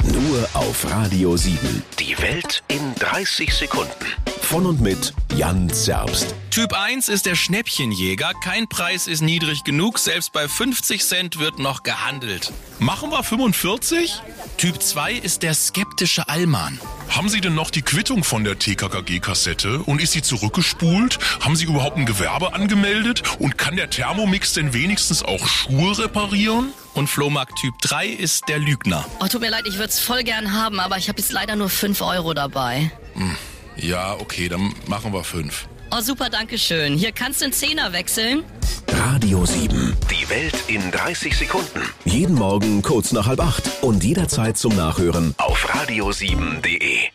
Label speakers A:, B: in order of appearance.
A: Kultur auf Radio 7.
B: Die Welt in 30 Sekunden.
A: Von und mit Jan Zerbst.
C: Typ 1 ist der Schnäppchenjäger. Kein Preis ist niedrig genug. Selbst bei 50 Cent wird noch gehandelt. Machen wir 45? Typ 2 ist der skeptische Allmann.
D: Haben Sie denn noch die Quittung von der TKKG-Kassette und ist sie zurückgespult? Haben Sie überhaupt ein Gewerbe angemeldet und kann der Thermomix denn wenigstens auch Schuhe reparieren?
C: Und Flohmarkt Typ 3 ist der Lügner.
E: Oh, tut mir leid, ich würde es voll gern haben, aber ich habe jetzt leider nur 5 Euro dabei.
D: Ja, okay, dann machen wir fünf.
E: Oh, super, danke schön. Hier kannst du den Zehner wechseln.
A: Radio 7.
B: Die Welt in 30 Sekunden.
A: Jeden Morgen kurz nach halb acht und jederzeit zum Nachhören
B: Auf radio7.de.